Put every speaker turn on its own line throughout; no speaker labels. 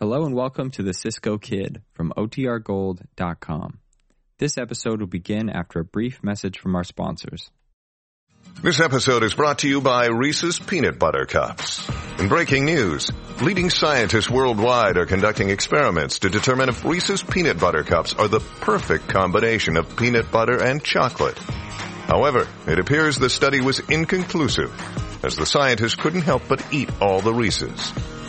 Hello and welcome to the Cisco Kid from OTRGold.com. This episode will begin after a brief message from our sponsors.
This episode is brought to you by Reese's Peanut Butter Cups. In breaking news, leading scientists worldwide are conducting experiments to determine if Reese's Peanut Butter Cups are the perfect combination of peanut butter and chocolate. However, it appears the study was inconclusive, as the scientists couldn't help but eat all the Reese's.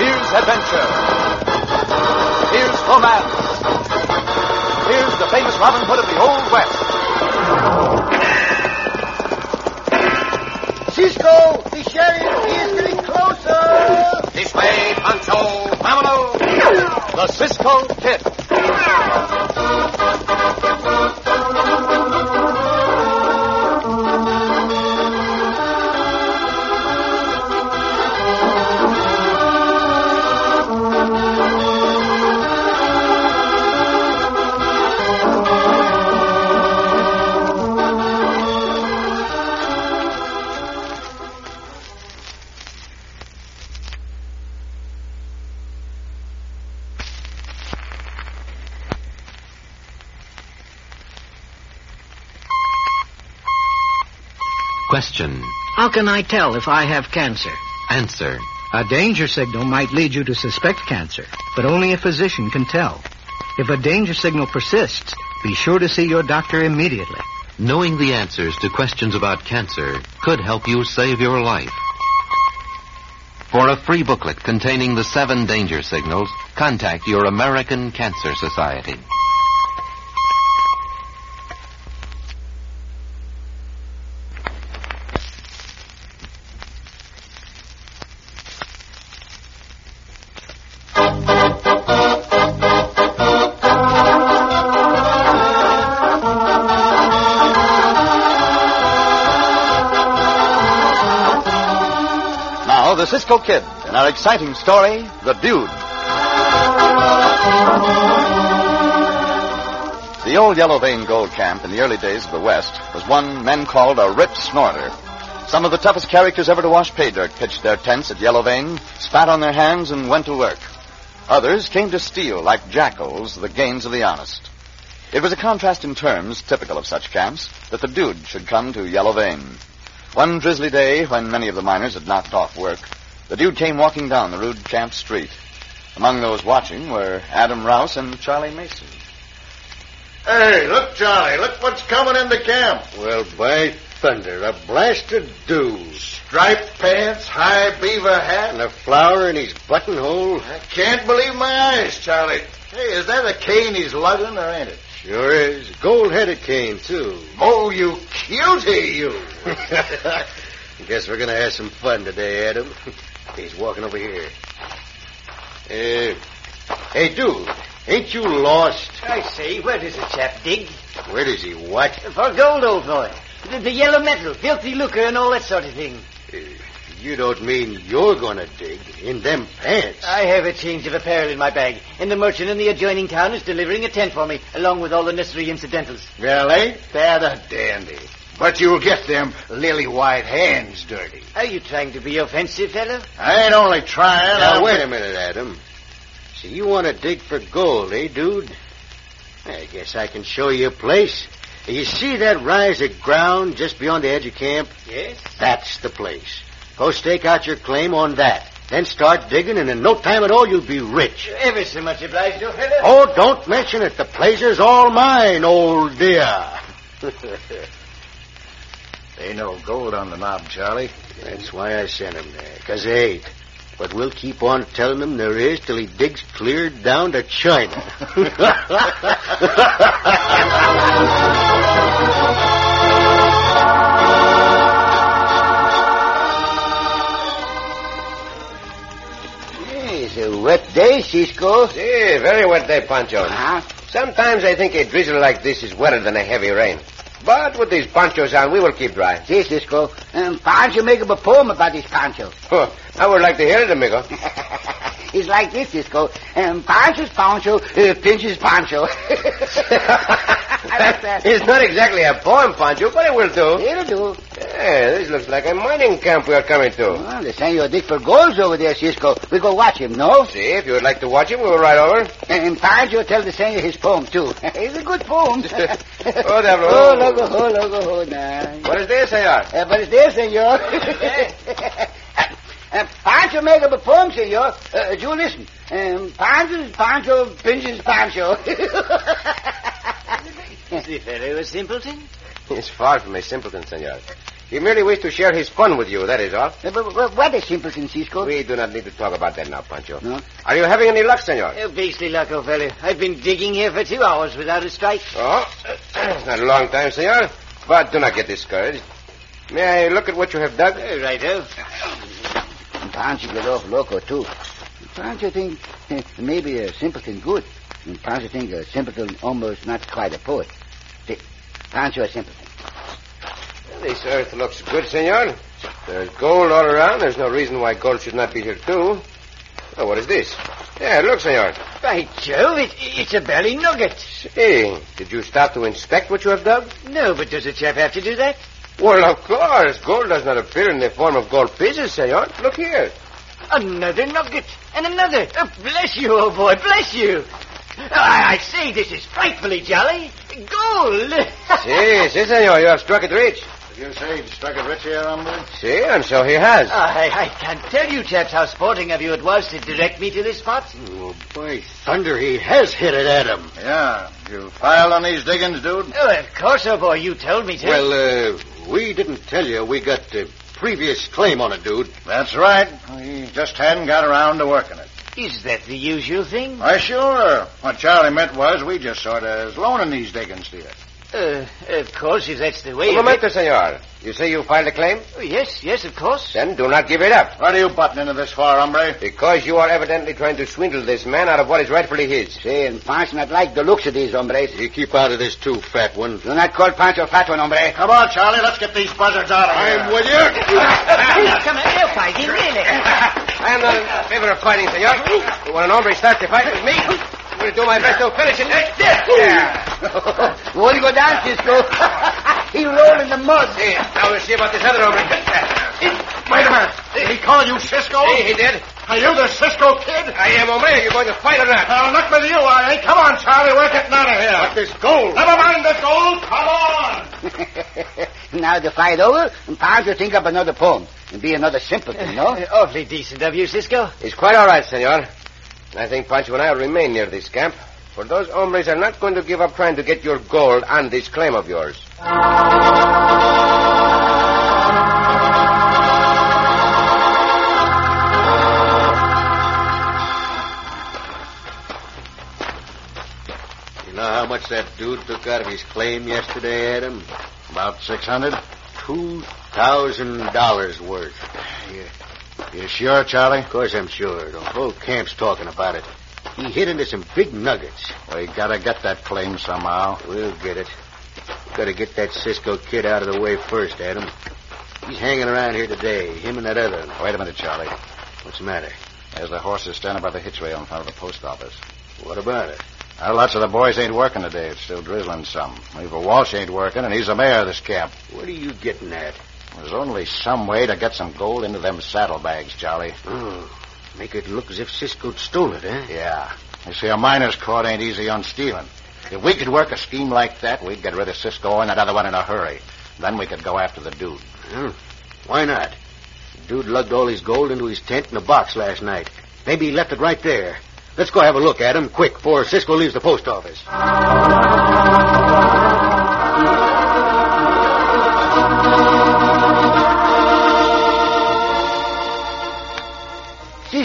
Here's adventure. Here's romance. Here's the famous Robin Hood of the Old West.
Cisco, the sheriff, he is getting closer.
This way, Pancho. Vámonos. The Cisco Kid.
Question.
How can I tell if I have cancer?
Answer.
A danger signal might lead you to suspect cancer, but only a physician can tell. If a danger signal persists, be sure to see your doctor immediately.
Knowing the answers to questions about cancer could help you save your life. For a free booklet containing the seven danger signals, contact your American Cancer Society.
Now, the Cisco Kid in our exciting story, The Dude. The old Yellow Vein gold camp in the early days of the West was one men called a rip snorter. Some of the toughest characters ever to wash pay dirt pitched their tents at Yellow Vein, spat on their hands, and went to work. Others came to steal, like jackals, the gains of the honest. It was a contrast in terms typical of such camps that the dude should come to Yellow Vein. One drizzly day, when many of the miners had knocked off work, the dude came walking down the rude camp street. Among those watching were Adam Rouse and Charlie Mason.
Hey, look, Charlie, look what's coming into camp. Well, by thunder, a blasted dude. Striped pants, high beaver hat. And a flower in his buttonhole. I can't believe my eyes, Charlie. Hey, is that a cane he's lugging or ain't it? Sure is. Gold-headed cane, too. Oh, you cutie, you. Guess we're going to have some fun today, Adam. He's walking over here. Uh, hey, dude, ain't you lost?
I say, where does the chap dig?
Where does he what?
For gold, old boy. The, the yellow metal, filthy lucre, and all that sort of thing.
Uh, You don't mean you're gonna dig in them pants?
I have a change of apparel in my bag, and the merchant in the adjoining town is delivering a tent for me, along with all the necessary incidentals.
Well, ain't that a dandy? But you'll get them lily white hands dirty.
Are you trying to be offensive, fellow?
I ain't only trying. Now
I'll-
wait a minute, Adam. So you want to dig for gold, eh, dude? I guess I can show you a place. You see that rise of ground just beyond the edge of camp?
Yes.
That's the place. Go stake out your claim on that. Then start digging, and in no time at all, you'll be rich.
You're ever so much obliged, old fellow.
Oh, don't mention it. The pleasure's all mine, old dear. they no gold on the knob, Charlie. That's why I sent him there, 'cause they ain't.
But we'll keep on telling him there is till he digs clear down to China.
It's a wet day, Cisco. Uh-huh.
Yeah, very wet day, Pancho.
Huh?
Sometimes I think a drizzle like this is wetter than a heavy rain. But with these ponchos on, we will keep dry.
See, Cisco. Um, perhaps you make up a poem about this Pancho.
Oh, I would like to hear it, amigo.
it's like this, Cisco. Um, Pancho's Pancho uh, pinches Pancho. I like that.
It's not exactly a poem, Pancho, but it will do.
It'll do.
Yeah, this looks like a mining camp we are coming to.
Well, the senor Dick for gold's over there, Cisco. We go watch him, no?
See, if you would like to watch him, we will ride over.
And Pancho tell the senor his poem, too. it's a good poem.
Oh, diablo.
Oh, logo, oh, logo, oh, nice.
What is this, senor?
Uh, but it's there, senor. Uh, Pancho make up a poem, senor. Uh, do you listen. Um, Pancho, Pancho, pinches Pancho.
The fellow a simpleton?
He's far from a simpleton, senor. He merely wished to share his fun with you, that is all.
Uh, but- but What a simpleton, Cisco.
We do not need to talk about that now, Pancho.
No?
Are you having any luck, senor?
Oh, beastly luck, old fellow. I've been digging here for two hours without a strike.
Oh, it's not a long time, senor. But do not get discouraged. May I look at what you have dug?
Oh, righto.
And Pancho get off loco, too. Pancho think eh, maybe a simpleton good. And Pancho think a simpleton almost not quite a poet. See, Pancho a simpleton.
This earth looks good, senor. There's gold all around. There's no reason why gold should not be here, too. Oh, what is this? Yeah, look, senor.
By Jove, it, it's a belly nugget.
Hey, did you stop to inspect what you have dug?
No, but does a chap have to do that?
Well, of course. Gold does not appear in the form of gold pieces, senor. Look here.
Another nugget, and another. Oh, bless you, old boy, bless you. Oh, I, I say, this is frightfully jolly. Gold.
si, si, senor. You have struck it rich.
You say he struck it rich here, hombre?
Si, and so he has.
I, I can't tell you, chaps, how sporting of you it was to direct me to this spot.
Oh, by thunder, he has hit it at him.
Yeah. You filed on these diggings, dude?
Oh, of course, old boy, you told me to.
Well, uh, we didn't tell you we got a previous claim on it, dude.
That's right. He just hadn't got around to working it.
is that the usual thing?
Why, sure. What Charlie meant was we just sort of was loaning these diggings to you.
Uh, of course, if that's the way.
Un
of it-
momento, senor. You say you filed a claim?
Oh, yes, yes, of course.
Then do not give it up.
What are you butting into this for, hombre?
Because you are evidently trying to swindle this man out of what is rightfully his.
See, and Pancho not like the looks of these hombres.
You keep out of this too, fat one.
Do not call Pancho fat one, hombre.
Come on, Charlie. Let's get these buzzards out of here.
I'm with you.
Now, come here, fighting, really.
I am not in favor of fighting, senor. You want an hombre starts to fight with me? I'm going to do my best to finish it. Yeah.
Won't go down, Cisco. he rolled in the mud.
Hey, now we'll see about this other hombre.
Wait a minute. He called you Cisco?
Hey, he did.
Are you the Cisco kid?
I am hombre. You're going to fight or not?
Now, look with you, I ain't. Come on, Charlie. We're getting out of here. But this gold. Never mind the gold. Come on.
now the fight over, and Pancho think up another poem and be another simpleton, no?
Awfully decent of you, Cisco.
It's quite all right, senor. I think Pancho and I will remain near this camp. For those hombres are not going to give up trying to get your gold on this claim of yours.
You know how much that dude took out of his claim yesterday, Adam? About six hundred. Two thousand dollars worth. You, you sure, Charlie? Of course I'm sure. The whole camp's talking about it. He hit into some big nuggets. We gotta get that claim somehow. We'll get it. Gotta get that Cisco kid out of the way first, Adam. He's hanging around here today, him and that other. Wait a minute, Charlie. What's the matter? There's the horses standing by the hitch rail in front of the post office. What about it? Well, lots of the boys ain't working today. It's still drizzling some. Weaver Walsh ain't working, and he's the mayor of this camp. What are you getting at? There's only some way to get some gold into them saddlebags, Charlie.
Oh, make it look as if Cisco'd stole it, eh?
Yeah. You see, a miner's court ain't easy on stealing. If we could work a scheme like that, we'd get rid of Cisco and that other one in a hurry. Then we could go after the dude.
Well, why not? Dude lugged all his gold into his tent in a box last night. Maybe he left it right there. Let's go have a look at him, quick, before Cisco leaves the post office.
See,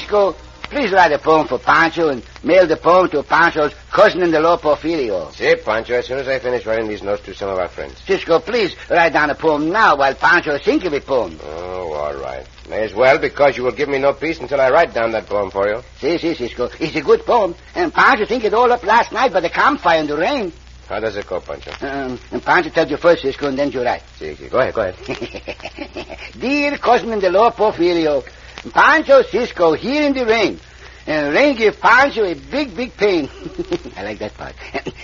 Cisco, please write a poem for Pancho and mail the poem to Pancho's cousin in the law, Porfirio.
See, Pancho, as soon as I finish writing these notes to some of our friends.
Cisco, please write down a poem now while Pancho thinks of a poem.
Oh, all right. May as well, because you will give me no peace until I write down that poem for you.
See, see, Cisco, it's a good poem. And Pancho think it all up last night by the campfire in the rain.
How does it go, Pancho?
Um, and Pancho tells you first, Cisco, and then you write.
See, see, go ahead, go ahead.
Dear cousin in the law, Porfirio, Pancho Cisco here in the rain. And rain give Pancho a big, big pain. I like that part.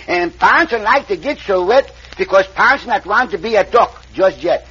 And Pancho like to get so wet because Pancho not want to be a duck just yet.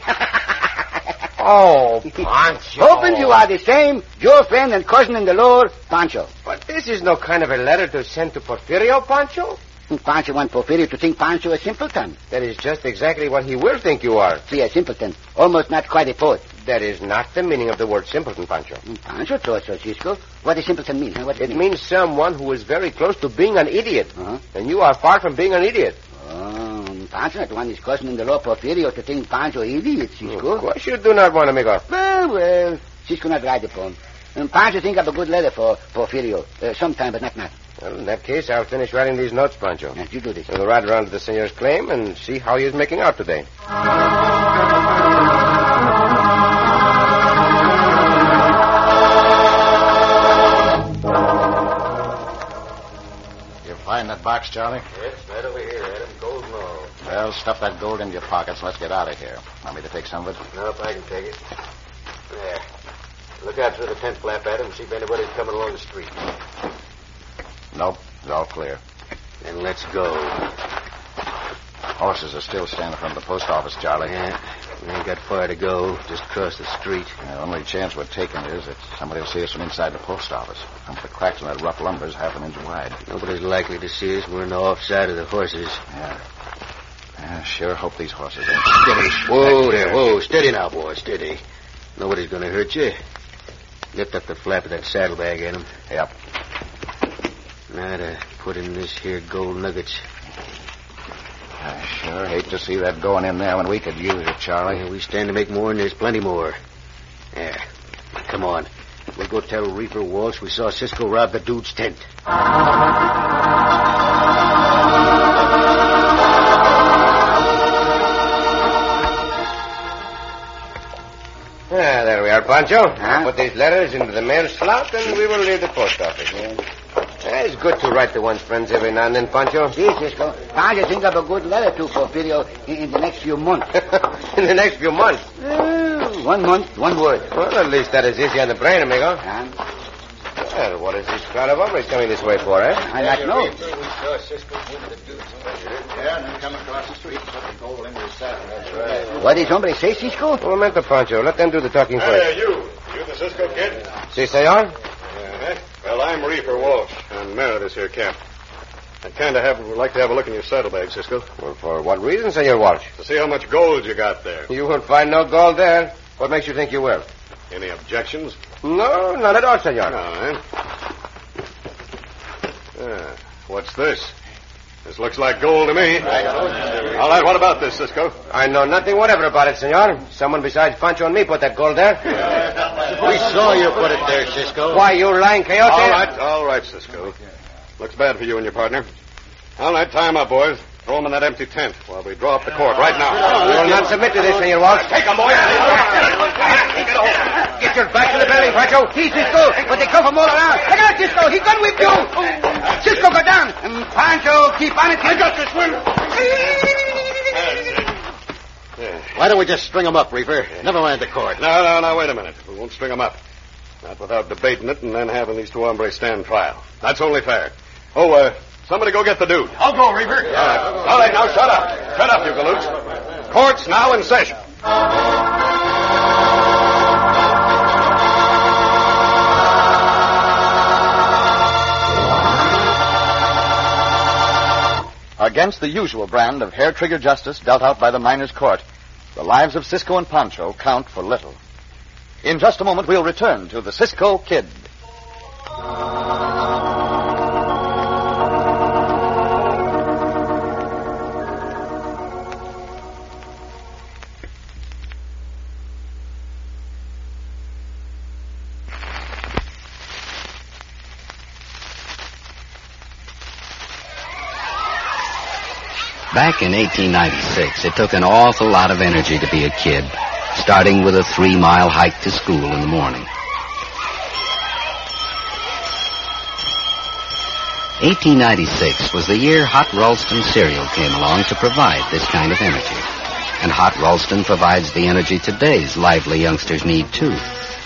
Oh, Pancho.
Hoping you are the same, your friend and cousin in the law, Pancho.
But this is no kind of a letter to send to Porfirio, Pancho.
And Hmm, Pancho want Porfirio to think Pancho a simpleton.
That is just exactly what he will think you are.
Be a simpleton, almost not quite a poet.
That is not the meaning of the word simpleton, Pancho.
And Pancho thought so, Cisco. What does simpleton mean? huh? What does
It means someone who is very close to being an idiot.
Mm-hmm. Uh-huh.
And you are far from being an idiot.
Oh, and Pancho not want his cousin in the law, Porfirio, to think Pancho idiot, Cisco.
Of course you do not want to make off.
Well, well, Cisco not write the poem. And Pancho think up a good letter for Porfirio. Uh, sometime, but not now.
Well, in that case, I'll finish writing these notes, Pancho.
Now, you do this.
We'll ride around to the senor's claim and see how he is making out today.
You find that box, Charlie?
Yes, right over here, Adam. Gold and all.
Well, stuff that gold into your pockets. and Let's get out of here. Want me to take some of it?
No, if I can take it. There. Look out through the tent flap, Adam, and see if anybody's coming along the street.
Nope. It's all clear.
Then let's go.
Horses are still standing from the post office, Charlie.
we ain't got far to go. Just cross the street.
The only chance we're taking is that somebody will see us from inside the post office. Some of the cracks in that rough lumber is half an inch wide.
Nobody's likely to see us. We're on the off side of the horses.
Yeah. Yeah, sure hope these horses ain't
Steady. Whoa there, whoa. Steady now, boy, steady. Nobody's going to hurt you. Lift up the flap of that saddlebag, Adam.
Yep.
Now to put in this here gold nuggets.
I sure hate to see that going in there when we could use it, Charlie.
Well, we stand to make more, and there's plenty more. Yeah. Come on. We'll go tell Reaper Walsh we saw Cisco rob the dude's tent. Ah, Ah, there we are, Pancho.
Huh?
Put these letters into the mail slot, and we will leave the post office. Ah, it's good to write to one's friends every now and then, Pancho.
See, Cisco, Pancho think up a good letter to Porfirio in, in the next few months.
In the next few months.
Uh, one month, one word.
Well, at least that is easy on the brain, amigo.
And
Well, what is this crowd of hombres coming this way for, eh?
I not know.
Yeah, and then come across the street and put the gold into his saddle. That's
What did somebody say, Cisco?
Momento, Pancho. Let them do the talking first.
you. You the Cisco kid?
Si, senor?
Uh-huh. Well, I'm Reaper Walsh on mayor of this here camp. I kind of have would like to have a look in your saddlebag, Cisco,
Well, for what reason, senor Walsh?
to see how much gold you got there.
You will find no gold there. What makes you think you will?
Any objections?
No, none at all, senor.
No, eh? Ah, what's this? This looks like gold to me. All right, what about this, Cisco?
I know nothing whatever about it, senor. Someone besides Pancho and me put that gold there.
We saw you put it there, Cisco.
Why, you lying coyote?
All right, all right, Cisco. Looks bad for you and your partner. All right, tie 'em up, boys. Throw 'em in that empty tent while we draw up the court right now.
You will not submit to this, senor Walsh. Take him, boy. Get your back to the building, Pancho.
See, Cisco, but they come from all around. Look out, Cisco, he's gonna whip you. Cisco, go down. And Pancho, keep on it. I got this
Why don't we just string them up, Reaver? Never mind the court. No, no, no, wait a minute. We won't string them up. Not without debating it and then having these two hombres stand trial. That's only fair. Oh, uh, somebody go get the dude. I'll go, Reaver. All right, all right now shut up. Shut up, you galoots. Court's now in session.
Against the usual brand of hair trigger justice dealt out by the miners' court, the lives of Cisco and Pancho count for little. In just a moment, we'll return to the Cisco Kid.
Back in 1896, it took an awful lot of energy to be a kid, starting with a three mile hike to school in the morning. 1896 was the year Hot Ralston cereal came along to provide this kind of energy. And Hot Ralston provides the energy today's lively youngsters need too,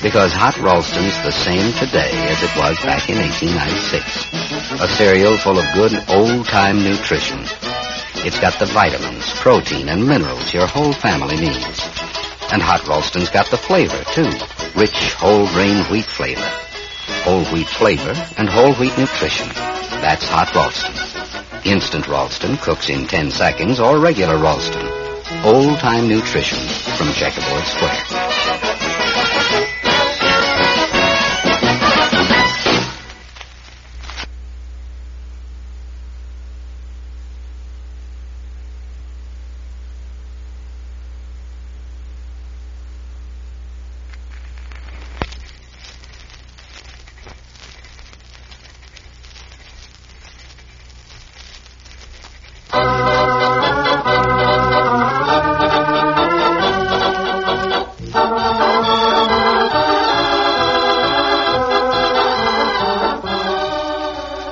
because Hot Ralston's the same today as it was back in 1896. A cereal full of good old-time nutrition. It's got the vitamins, protein, and minerals your whole family needs. And Hot Ralston's got the flavor too, rich whole grain wheat flavor. Whole wheat flavor and whole wheat nutrition. That's hot Ralston. Instant Ralston cooks in 10 seconds or regular Ralston. Old time nutrition from Checkerboard Square.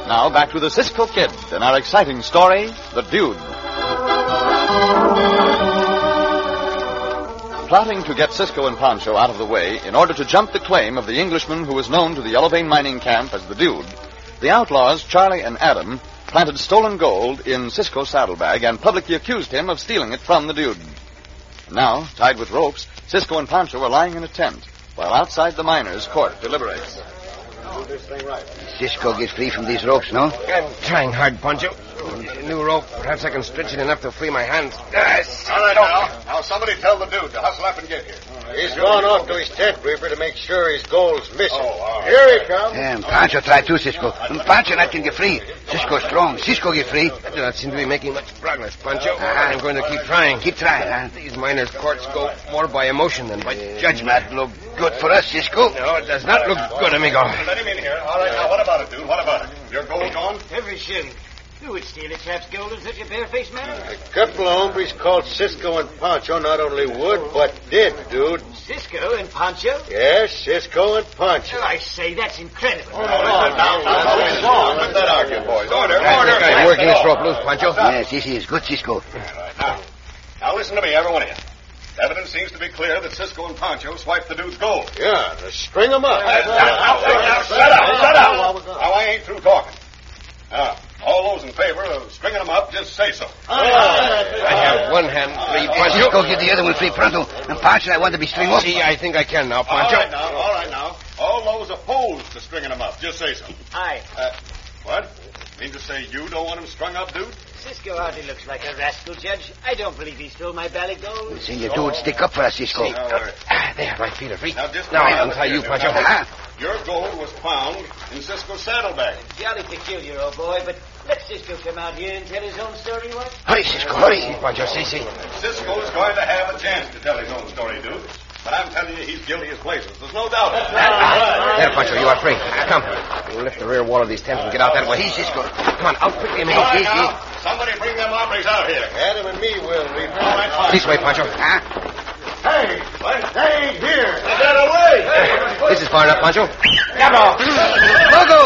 Now back to the Cisco Kid and our exciting story, The Dude. Plotting to get Cisco and Pancho out of the way in order to jump the claim of the Englishman who was known to the Yellow Vein mining camp as the Dude, the outlaws, Charlie and Adam, planted stolen gold in Cisco's saddlebag and publicly accused him of stealing it from the Dude. Now, tied with ropes, Cisco and Pancho were lying in a tent while outside the miners' court deliberates.
Do this thing right.
Cisco gets free from these ropes, no?
I'm trying hard, Poncho. New rope. Perhaps I can stretch it enough to free my hands. Yes.
All right, now. Now, somebody tell the dude to hustle up and get here.
He's gone off to his tent, Reaper, to make sure his gold's missing.
Oh,
Here he comes.
Damn, Pancho tried too, Cisco. And Pancho not can get free. Cisco strong. Cisco get free. Ah.
I do not seem to be making much progress, Poncho. I'm going to keep trying.
Keep trying, huh?
These miners' courts go more by emotion than by judgment.
Not look good for us, Cisco.
No, it does not look good, amigo.
Let him in here. All right, now, what about it, dude? What about it? Your gold gone?
Every shilling. Who would steal a chap's gold in such a barefaced manner?
A couple of hombres called Cisco and Pancho not only would, but did, dude.
Cisco and Pancho?
Yes, Cisco and Pancho.
Oh, I say, that's incredible.
Let that argue, boys. Order, order.
I'm working this rope loose, Poncho.
Yes, this is good, Cisco.
Now, now listen to me, every one of you. Evidence seems to be clear that Cisco and Poncho swiped the dude's gold.
Yeah, to string him up.
Now, now, now, now, shut up, shut
uh,
up. Now, I ain't through talking. Now, all those in favor of stringing them up, just say so.
I have one hand free, Poncho.
Cisco get the other one free pronto. And Pancho, I want to be string up.
See, I think I can now,
All
Poncho.
right now, all right now. All those opposed to stringing them up, just say so.
Aye.
Uh, what? Mean to say you don't want him strung up, dude?
Cisco hardly looks like a rascal, Judge. I don't believe he stole my bally gold.
Send your dude stick up for us, Cisco.
Now, uh,
Ah, there, my feet are free.
now just
Now I untie you, Poncho.
Huh?
Your gold was found in Cisco's saddlebag.
Jolly peculiar, old boy, but let Cisco come out here and tell his own story, what?
Hurry, Cisco, hurry.
See, Poncho, see, see.
Cisco's going to have a chance to tell his own story, dude. But I'm telling you, he's guilty as blazes. There's no doubt. of it.
There, Poncho, you are free. Come. We'll lift the rear wall of these tents and get out that way.
Easy, Cisco.
Come on, out quickly, amigo.
All right, now, somebody bring them hombres out here.
Adam and me will, Reaper.
All right, fine.
This way, Poncho.
Huh?
Hey, what? Hey, here.
This is far enough, Poncho.
Logo!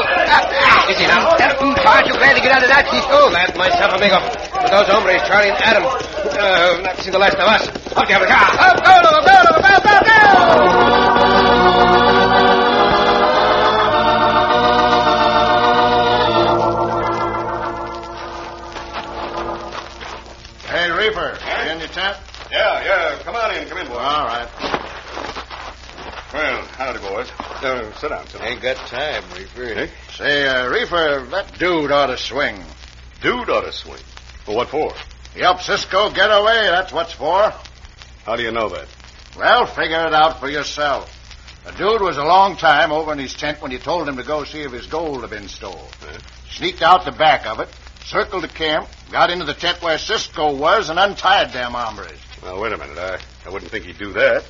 Easy now.
Captain Pancho, glad to get out of that, Cisco.
Glad myself, amigo. With those hombres, Charlie and Adam. Uh, not seen the last of us. Up, Gabby. Up, go, Lobo, go, Lobo, go, go, go!
Hey, Reaper. You in your tent?
Yeah, yeah. Come on in. Come in, boys.
All right.
Well, howdy, boys. Uh, sit down, sit down.
Ain't got time, Reaper. Say, uh, Reaper, that dude ought to swing.
Dude ought to swing. Well, what for?
Yup, Cisco, get away. That's what's for.
How do you know that?
Well, figure it out for yourself. The dude was a long time over in his tent when you told him to go see if his gold had been stole.
Huh?
Sneaked out the back of it, circled the camp, got into the tent where Cisco was, and untied them hombres.
Well, wait a minute. I, I wouldn't think he'd do that.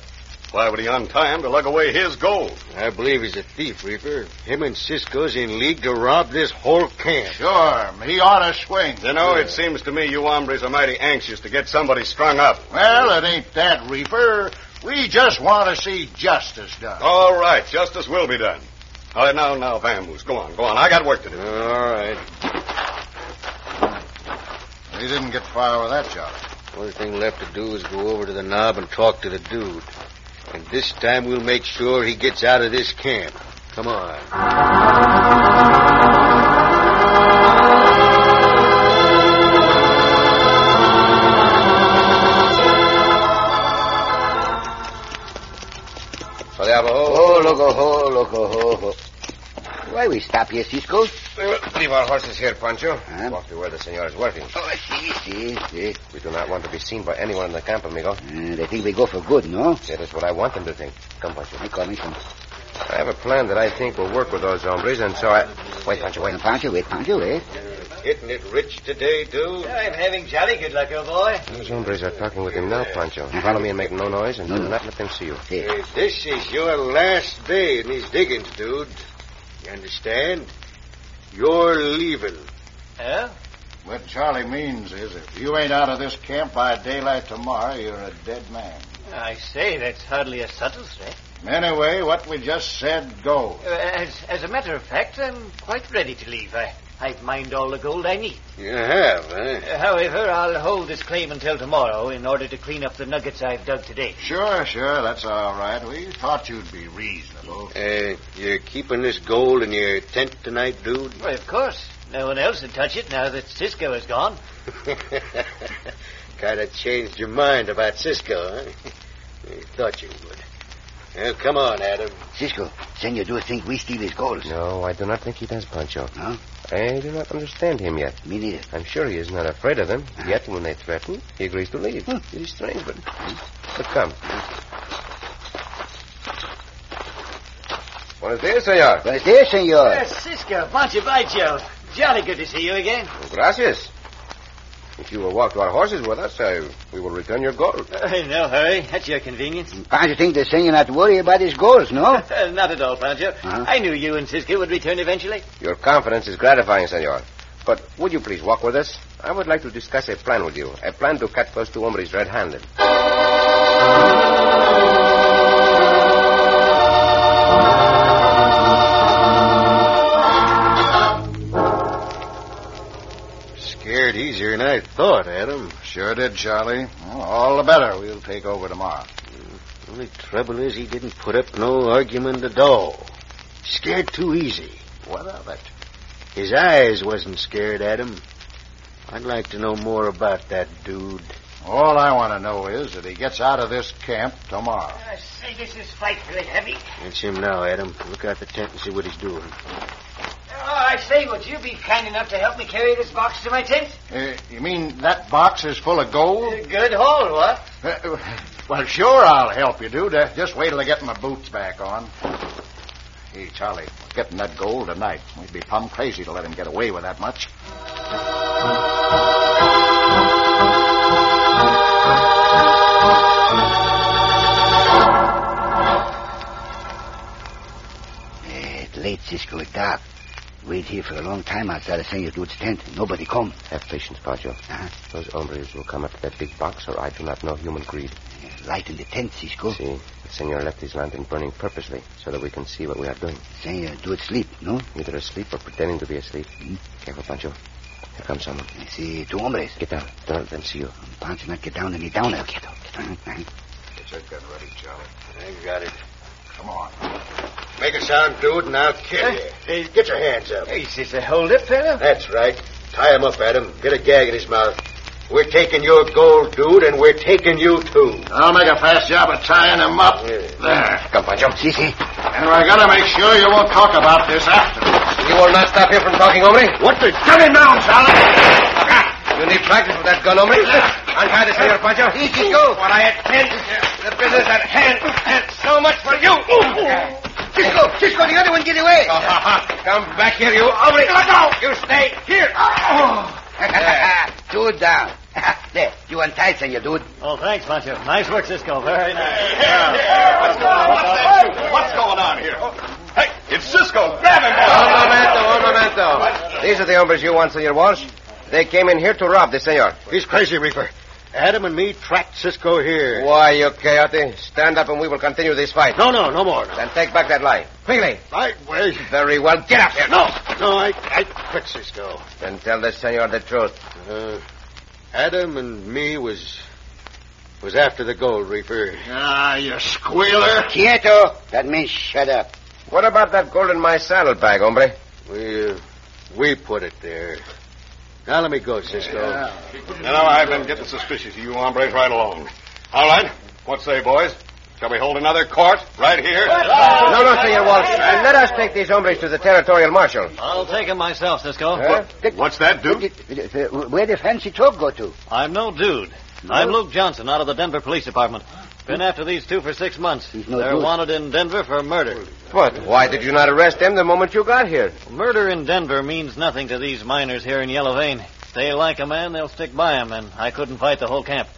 Why would he on time to lug away his gold?
I believe he's a thief, Reaper. Him and Cisco's in league to rob this whole camp.
Sure, he ought to swing. You know, it seems to me you hombres are mighty anxious to get somebody strung up.
Well, it ain't that, Reaper. We just want to see justice done.
All right, justice will be done. All right, now, now, Vamoose, go on, go on. I got work to do.
All right.
We didn't get far with that job.
Only thing left to do is go over to the knob and talk to the dude. And this time we'll make sure he gets out of this camp. Come on.
Oh, loco ho, loco ho, ho. Why we stop here, Cisco?
Leave our horses here, Pancho.
Huh?
Walk to where the senor is working.
Oh, see, see, see.
We do not want to be seen by anyone in the camp, amigo.
Uh, they think we go for good, no?
That is what I want them to think. Come, Pancho.
I come, I come.
I have a plan that I think will work with those hombres, and so I... Wait, Pancho, wait.
Pancho, wait, Pancho, eh?
Hitting it rich today, dude.
I'm having jolly good luck, old boy.
Those hombres are talking with him now, Pancho. Follow me and make no noise, and do not let them see you.
See.
This is your last day in these diggings, dude. You understand? You're leaving.
Huh?
What Charlie means is if you ain't out of this camp by daylight tomorrow, you're a dead man.
I say, that's hardly a subtle threat.
Anyway, what we just said goes.
Uh, as, as a matter of fact, I'm quite ready to leave. I, I've mined all the gold I need.
You have, eh?
Uh, however, I'll hold this claim until tomorrow in order to clean up the nuggets I've dug today.
Sure, sure, that's all right. We thought you'd be reasonable.
Uh, you're keeping this gold in your tent tonight, dude?
Why, of course. No one else would touch it now that Cisco is gone.
kind of changed your mind about Cisco, huh? You thought you would. Well, come on, Adam.
Cisco, senor, do you think we steal his gold?
No, I do not think he does, Pancho.
No?
I do not understand him yet.
Me neither.
I'm sure he is not afraid of them. Yet, when they threaten, he agrees to leave. It is strange, but... But come. What is this, senor?
But there, senor.
Uh, Cisco, Pancho Bicho. Jolly good to see you again.
Gracias. If you will walk to our horses with us, I, we will return your gold.
Uh, no hurry. At your convenience.
Pancho think the senor not worry about his gold, no?
Uh, not at all, Pancho.
Huh?
I knew you and Cisco would return eventually.
Your confidence is gratifying, senor. But would you please walk with us? I would like to discuss a plan with you. A plan to catch those two hombres red-handed.
Scared easier than I thought, Adam.
Sure did, Charlie. Well, all the better. We'll take over tomorrow.
Only trouble is he didn't put up no argument at all. Scared too easy.
What of it?
His eyes wasn't scared at him. I'd like to know more about that dude.
All I want to know is that he gets out of this camp tomorrow.
I say, this is frightfully heavy.
That's him now, Adam. Look out the tent and see what he's doing.
Oh, I say, would you be kind enough to help me carry this box to my tent? Uh,
Uh, you mean that box is full of gold?
Good haul, what?
Uh, well, sure, I'll help you, dude. Uh, just wait till I get my boots back on. Hey, Charlie, we're getting that gold tonight. We'd be plumb crazy to let him get away with that much.
Eh, it's late, Cisco. It's dark. Wait here for a long time outside of senor dude's tent. Nobody come. Uh-huh.
Have patience, Pancho.
Huh?
Those hombres will come after that big box, or I do not know human greed.
Light in the tent, Cisco.
See, the senor left his lantern burning purposely so that we can see what we are doing.
Senor dude uh, sleep, no? Hmm?
Either asleep or pretending to be asleep. Careful, Pancho. Here comes someone.
See, two hombres.
Get down. Don't let them see you.
Pancho not get down Uh-huh. any downer. Get up, get up.
Get your gun ready, Charlie.
I got it.
Come on.
Make a sound, dude, and I'll kill you. Get your hands up.
Hey, Cisco, hold it, fella.
That's right. Tie him up, Adam. Get a gag in his mouth. We're taking your gold, dude, and we're taking you too.
I'll make a fast job of tying him up. There.
Come, Pancho.
See, see.
And I gotta make sure you won't talk about this after.
You will not stop here from talking, hombre.
What the? Gun him down, Charlie!
You need practice with that gun, hombre. Untie the senor, Pancho. Easy, go. What I intend, the business at hand, and so much for you. Cisco, Cisco, the other one get away. Come back here, you Oh. hombre. Let go. You stay here.
Two down. there.
You enticing, you dude.
Oh, thanks, Pancho. Nice work, Cisco. Very nice.
What's going on? What's that? What's going on here? Hey, it's Cisco. Grab him.
Un momento, un momento. These are the hombres you want, Senor Walsh. They came in here to rob the senor.
He's crazy, Reaper. Adam and me tracked Cisco here.
Why, you coyote? Stand up and we will continue this fight.
No, no, no more.
Then take back that lie. Quickly.
I wait.
Very well. Get up here.
No, no, I, I quit Cisco.
Then tell the senor the truth.
Uh, Adam and me was was after the gold reaper. Ah, you squealer!
Quieto. That means shut up.
What about that gold in my saddlebag, hombre?
We uh, we put it there. Now let me go, Cisco.
You know, I've been getting suspicious of you hombres right along. All right. What say, boys? Shall we hold another court right here?
No, no, Senor Walsh. Uh, let us take these hombres to the territorial marshal.
I'll take him myself, Cisco.
What's that, dude?
Where the fancy trope go to?
I'm no dude. I'm Luke Johnson out of the Denver Police Department.
Hmm?
Been after these two for six months. They're
good.
wanted in Denver for murder.
But why did you not arrest them the moment you got here?
Murder in Denver means nothing to these miners here in Yellow Vein. If they like a man, they'll stick by him, and I couldn't fight the whole camp.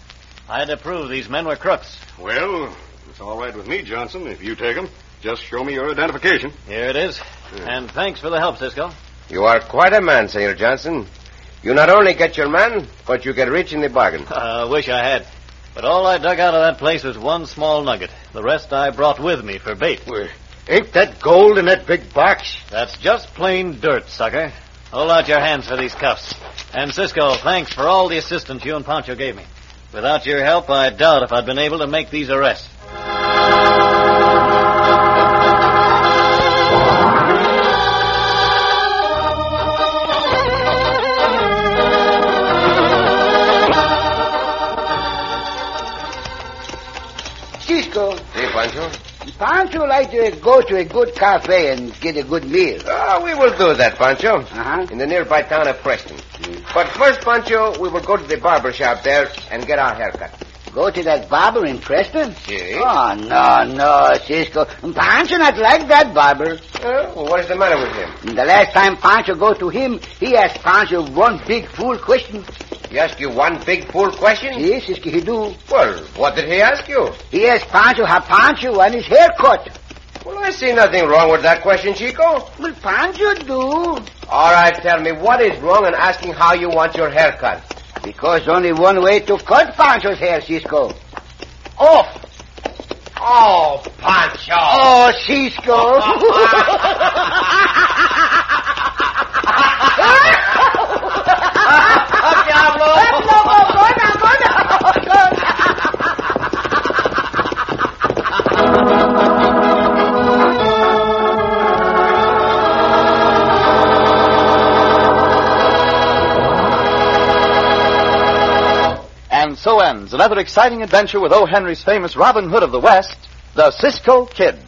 I had to prove these men were crooks.
Well, it's all right with me, Johnson. If you take 'em, just show me your identification.
Here it is. And thanks for the help, Cisco.
You are quite a man, Senor Johnson. You not only get your man, but you get rich in the bargain.
I Uh, wish I had. But all I dug out of that place was one small nugget. The rest I brought with me for bait.
Ain't that gold in that big box?
That's just plain dirt, sucker. Hold out your hands for these cuffs. And Cisco, thanks for all the assistance you and Pancho gave me. Without your help, I doubt if I'd been able to make these arrests.
Cisco,
Hey, Pancho.
can't you like to go to a good cafe and get a good meal?
Ah, we will do that, Pancho. Uh-huh. In the nearby town of Preston. But first, Pancho, we will go to the barber shop there and get our haircut.
Go to that barber in Preston?
See?
Oh, no, no, Cisco. Pancho not like that barber.
well, what is the matter with him?
The last time Pancho go to him, he asked Pancho one big fool question.
He asked you one big fool question?
Yes, Cisco, he do.
Well, what did he ask you?
He asked Pancho how Pancho want his hair cut.
Well, I see nothing wrong with that question, Chico.
Well, Pancho do.
All right, tell me, what is wrong in asking how you want your hair cut?
Because only one way to cut Pancho's hair, Cisco.
Off. Oh, Pancho.
Oh, Cisco.
And so ends another exciting adventure with O. Henry's famous Robin Hood of the West, the Cisco Kid.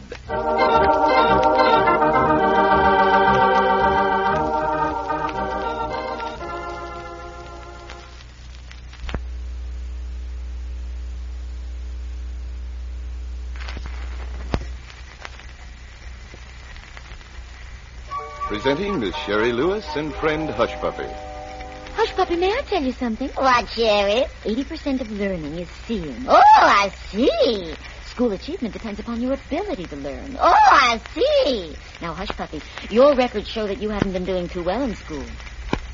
Presenting Miss Sherry Lewis and friend Hush Puppy.
Hush, puppy, may I tell you something?
What, Jerry?
80% of learning is seeing.
Oh, I see.
School achievement depends upon your ability to learn.
Oh, I see.
Now, Hush, puppy, your records show that you haven't been doing too well in school.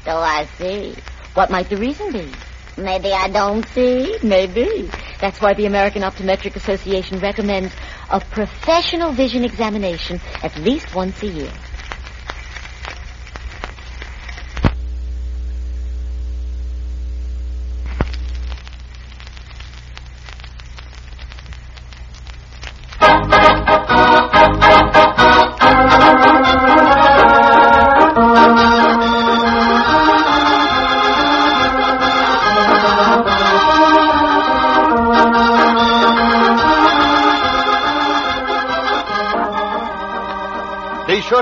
So Oh, I see.
What might the reason be?
Maybe I don't see.
Maybe. That's why the American Optometric Association recommends a professional vision examination at least once a year.
Be sure